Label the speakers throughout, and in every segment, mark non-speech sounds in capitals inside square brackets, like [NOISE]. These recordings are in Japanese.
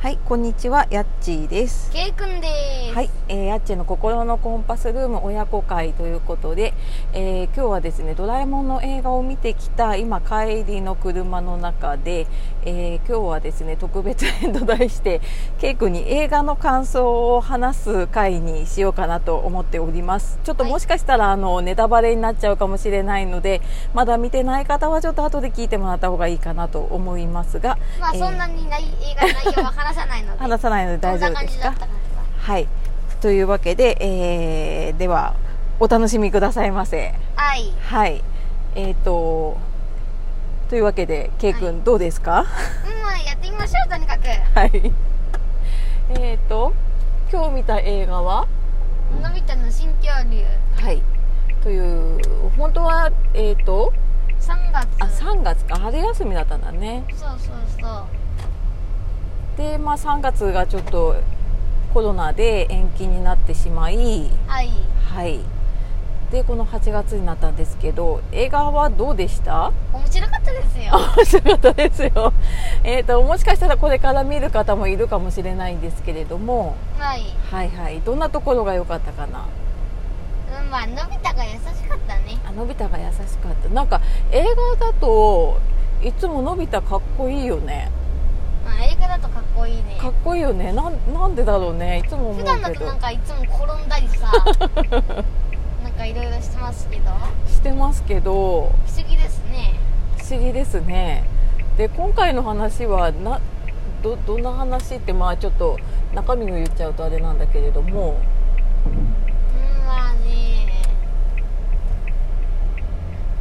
Speaker 1: はい、こんにちは、やっちーです。
Speaker 2: ケイくんです。
Speaker 1: はい、えー、やっちーの心のコンパスルーム親子会ということで、えー今日はですね、ドラえもんの映画を見てきた今帰りの車の中で、えー今日はですね、特別編と題して、ケイ君に映画の感想を話す会にしようかなと思っております。ちょっと
Speaker 2: はい
Speaker 1: もしかしたら、あのネタバレになっちゃうかもしれないので、まだ見てない方はちょっと後で聞いてもらった方がいいかなと思いますが、
Speaker 2: まあ
Speaker 1: えー
Speaker 2: そんなにない映画の内容は話さないので、
Speaker 1: 話さないので大丈夫ですか
Speaker 2: どんな感じだっ。たかとか。
Speaker 1: はい、というわけで、えーではお楽しみくださいませ。
Speaker 2: はい。
Speaker 1: はい、えー、とというわけで、ケイ君、
Speaker 2: は
Speaker 1: どうですか？
Speaker 2: うん、まあやってみましょうとにかく。
Speaker 1: はい。えっと今日見た映画は、
Speaker 2: のび太の新恐竜
Speaker 1: はい、という本当はえっ、と
Speaker 2: 3月。
Speaker 1: あ3月か春休みだったんだね。
Speaker 2: そうそうそう。
Speaker 1: でまあ3月がちょっとコロナで延期になってしまい、
Speaker 2: はい。
Speaker 1: はい。でこの8月になったんですけど映画はどうでした？
Speaker 2: 面白かったですよ。
Speaker 1: 面白かったですよ。えっともしかしたらこれから見る方もいるかもしれないんですけれども、
Speaker 2: はい。
Speaker 1: はいはい。どんなところが良かったかな。
Speaker 2: うん、まあのび太が優しかったね。
Speaker 1: あのび太が優しかった。なんか映画だといつものび太かっこいいよね。
Speaker 2: まあ映画だとかっこいいね。
Speaker 1: かっこいいよね。なんなんでだろうね。いつも思う
Speaker 2: 普
Speaker 1: け
Speaker 2: 段だと
Speaker 1: ど
Speaker 2: なんかいつも転んだ
Speaker 1: [LAUGHS]
Speaker 2: りさ、なんかいろいろしてますけど、不
Speaker 1: してますけど
Speaker 2: 思議ですね。
Speaker 1: 不思議ですね。で今回の話はなどどんな話ってまあちょっと中身を言っちゃうとあれなんだけれども。
Speaker 2: うんまあね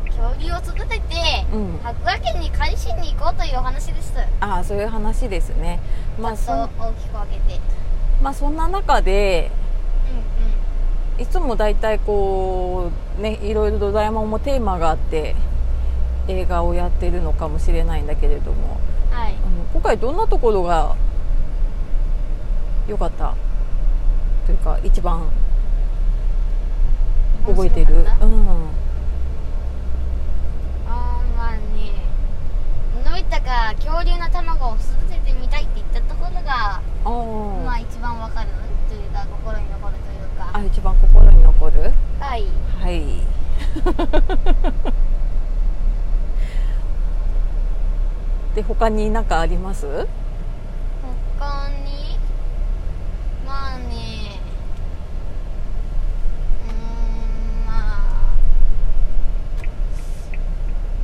Speaker 2: 恐竜を育てて
Speaker 1: うん。
Speaker 2: 白亜紀に返しに行こうというお話です
Speaker 1: ああそういう話ですね、まあ、
Speaker 2: ち
Speaker 1: そ
Speaker 2: ょっ
Speaker 1: ん
Speaker 2: と大きく分けて
Speaker 1: まあそんな中で
Speaker 2: う
Speaker 1: いつも大体こうねいろいろドラえもんもテーマがあって映画をやってるのかもしれないんだけれども、
Speaker 2: んうんはい
Speaker 1: うん今回どんなところが良かったというか一番覚えてる
Speaker 2: 面白かった
Speaker 1: うん
Speaker 2: あーまあねのび太が恐竜の卵を育ててみたいって言ったところが、
Speaker 1: あ
Speaker 2: まあ
Speaker 1: ー
Speaker 2: 一番わかるというか心に残るというか
Speaker 1: あ一番心に残る
Speaker 2: はい
Speaker 1: はい [LAUGHS] で他に何かあります
Speaker 2: 他にまあねうーんまあ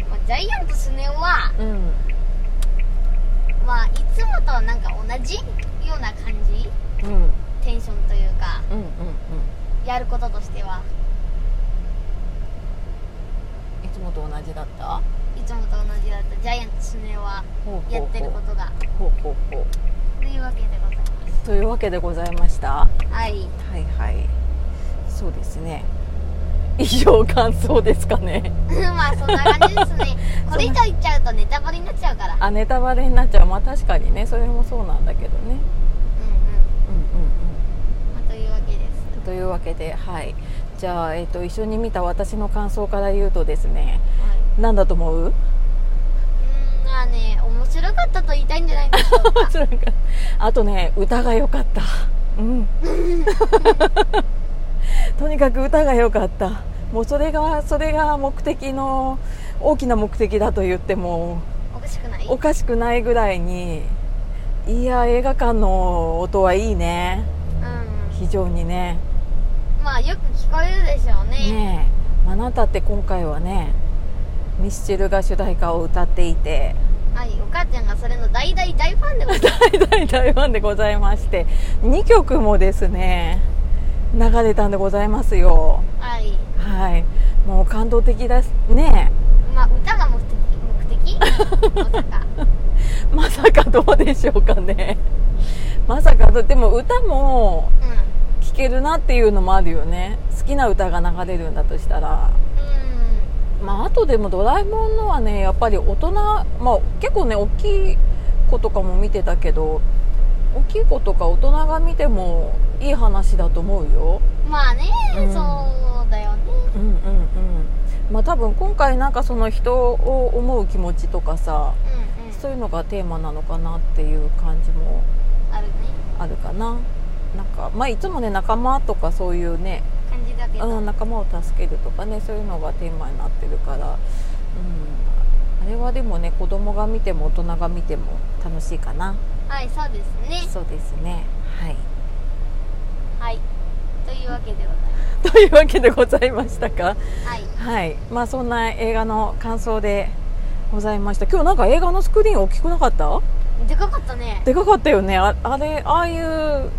Speaker 2: まあジャイアントスネ夫は、
Speaker 1: うん
Speaker 2: まあ、いつもとなんか同じような感じ
Speaker 1: うんうん
Speaker 2: テンションというか
Speaker 1: うんうん
Speaker 2: やることとしてはい
Speaker 1: つもと同じだった
Speaker 2: いつもと同じだったジャイアントスネ夫は
Speaker 1: ほうほうほう
Speaker 2: やってることが
Speaker 1: ほうほうほう
Speaker 2: というわけでございま
Speaker 1: というわけでございましたは
Speaker 2: すはい [LAUGHS]
Speaker 1: いはいそうですね以上感想ですかね
Speaker 2: まあそんな感じですねこれ以上言っちゃうとネタバレになっちゃうから
Speaker 1: あネタバレになっちゃうまあ確かにねそれもそうなんだけどね
Speaker 2: う
Speaker 1: う
Speaker 2: ん
Speaker 1: んうんうん
Speaker 2: うん、まあ、というわけです
Speaker 1: というわけで、はい、じゃあ、えっと一緒に見た私の感想から言うとですね
Speaker 2: はい
Speaker 1: 何だと思う
Speaker 2: うーんまあね面白かったと言いたいんじゃないでしょうか
Speaker 1: なんかあとね歌が良かった、うん、 [LAUGHS] とにかく歌が良かったもうそれがそれが目的の大きな目的だと言っても
Speaker 2: おかしくない
Speaker 1: [LAUGHS] おかしくないぐらいにいや映画館の音はいいね
Speaker 2: うん
Speaker 1: 非常にね
Speaker 2: まあよく聞こえるでしょうね
Speaker 1: ねえあなたって今回はねミスチルが主題歌を歌っていて
Speaker 2: はいお母ちゃんがそれの大大大ファンでございます
Speaker 1: 大 [LAUGHS] 台湾でございまして2曲もですね流れたんでございますよ
Speaker 2: はい
Speaker 1: はいもう感動的だすね
Speaker 2: まあ歌が目的目的まさか
Speaker 1: まさかどうでしょうかねまさかどでも歌も
Speaker 2: うん
Speaker 1: 聴けるなっていうのもあるよね好きな歌が流れるんだとしたら
Speaker 2: う
Speaker 1: まああとでも「ドラえもん」のはねやっぱり大人、まあ、結構ね大きい子とかも見てたけど大きい子とか大人が見てもいい話だと思うよ
Speaker 2: んまあね、
Speaker 1: うん
Speaker 2: そうだよね
Speaker 1: うんうんうんまあ多分今回なんかその人を思う気持ちとかさ
Speaker 2: うんうん
Speaker 1: そういうのがテーマなのかなっていう感じも
Speaker 2: あるね
Speaker 1: あるかななんか、まあ、いつもね仲間とかそういうね、
Speaker 2: 感じだけど、
Speaker 1: うん、仲間を助けるとかねそういうのがテーマになってるから、うん、あれはでもね子供が見ても大人が見ても楽しいかな
Speaker 2: はいそうですね
Speaker 1: そうですねはい
Speaker 2: はいというわけでござい
Speaker 1: というわけでございましたか
Speaker 2: ますはい
Speaker 1: はいまあそんな映画の感想でございました今日なんか映画のスクリーン大きくなかった
Speaker 2: でかかったね
Speaker 1: でかかったよねああれああいう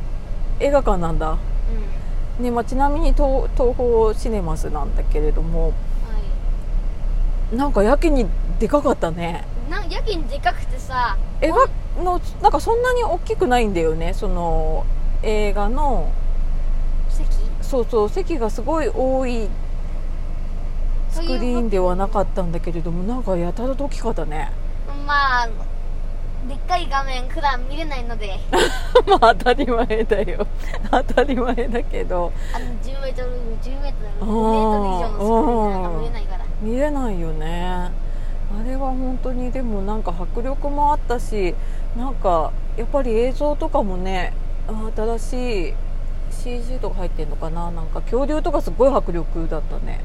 Speaker 1: 映画館なんだ
Speaker 2: うん
Speaker 1: ねまあ、ちなみに東東宝シネマスなんだけれども
Speaker 2: は
Speaker 1: なんかやけにでかかったね
Speaker 2: いなんやけにでかくてさ
Speaker 1: 映画のなんかそんなに大きくないんだよねその映画の
Speaker 2: 席
Speaker 1: そうそう席がすごい多いスクリーンではなかったんだけれどもなんかやたらと大きかったね
Speaker 2: まあでっかい画面普段見れない
Speaker 1: [LAUGHS]
Speaker 2: ので
Speaker 1: まあ当たり前だよ [LAUGHS] 当たり前だけど
Speaker 2: あの 10m10m5m 以
Speaker 1: あー
Speaker 2: 上のスクリーンなんか見れないから
Speaker 1: 見れないよねあれは本当にでもなんか迫力もあったしなんかやっぱり映像とかもねあ新しい CG とか入ってんのかななんか恐竜とかすごい迫力だったね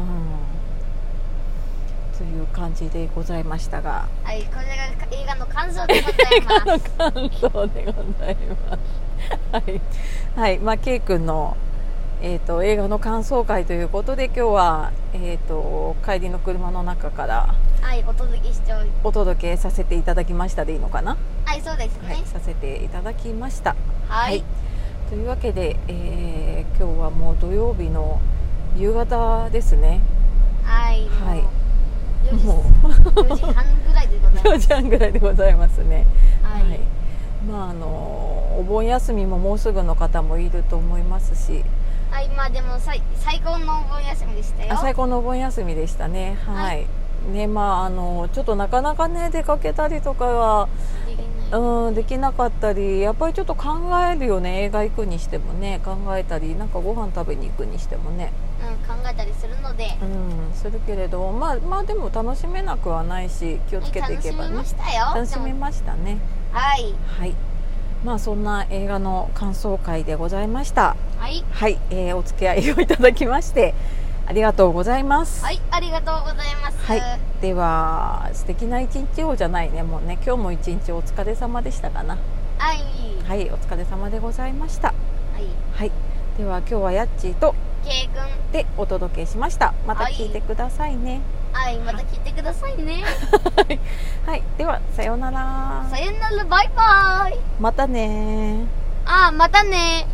Speaker 2: う
Speaker 1: うんという感じでございましたが
Speaker 2: んはいこれが映画の感想でござい
Speaker 1: [LAUGHS]
Speaker 2: ます
Speaker 1: の感想でございますはい、はいまあ、K 君の、えー、と映画の感想会ということで今日は、えー、と帰りの車の中から
Speaker 2: はいお届けしておい
Speaker 1: お届けさせていただきましたでいいのかな、
Speaker 2: はいそうです
Speaker 1: は
Speaker 2: ね
Speaker 1: い、させていただきました、
Speaker 2: はい、
Speaker 1: というわけで、えー今日はもう土曜日の夕方ですね
Speaker 2: はい、
Speaker 1: はい
Speaker 2: も
Speaker 1: も
Speaker 2: う4時 ,4 時半ぐらい
Speaker 1: [LAUGHS]
Speaker 2: でございます
Speaker 1: 4時半ぐらいでございますね
Speaker 2: はい、
Speaker 1: はい、まああのお盆休みももうすぐの方もいると思いますし
Speaker 2: はい、まあでもさい最高のお盆休みでしたよ
Speaker 1: あ最高のお盆休みでしたねは、
Speaker 2: はい
Speaker 1: ねまああのちょっとなかなかね出かけたりとかは
Speaker 2: できない
Speaker 1: うんできなかったりやっぱりちょっと考えるよね映画行くにしてもね考えたりなんかご飯食べに行くにしてもね
Speaker 2: うん、考えたりするので、
Speaker 1: うんするけれどまあまあでも楽しめなくはないし気をつけていけば
Speaker 2: はい楽しみ
Speaker 1: ね
Speaker 2: ましたよ
Speaker 1: 楽し
Speaker 2: で
Speaker 1: み
Speaker 2: も
Speaker 1: ましたね
Speaker 2: はい
Speaker 1: はいまあそんな映画の感想会でございました
Speaker 2: はい
Speaker 1: はい、えーお付き合いをいただきましてありがとうございます。
Speaker 2: はいありがとうございます
Speaker 1: はい、では素敵な一日をじゃないねもうね今日も一日お疲れ様でしたかな。
Speaker 2: はい
Speaker 1: はい、お疲れ様でございました。
Speaker 2: はい
Speaker 1: はい、では今日はやっちーと
Speaker 2: K 君
Speaker 1: でお届けしました。また聞いてくださいね。
Speaker 2: はいまた聞いてください [LAUGHS] ね
Speaker 1: はい、ではさようなら。
Speaker 2: さよならバイバイ
Speaker 1: またねー。
Speaker 2: あーまたね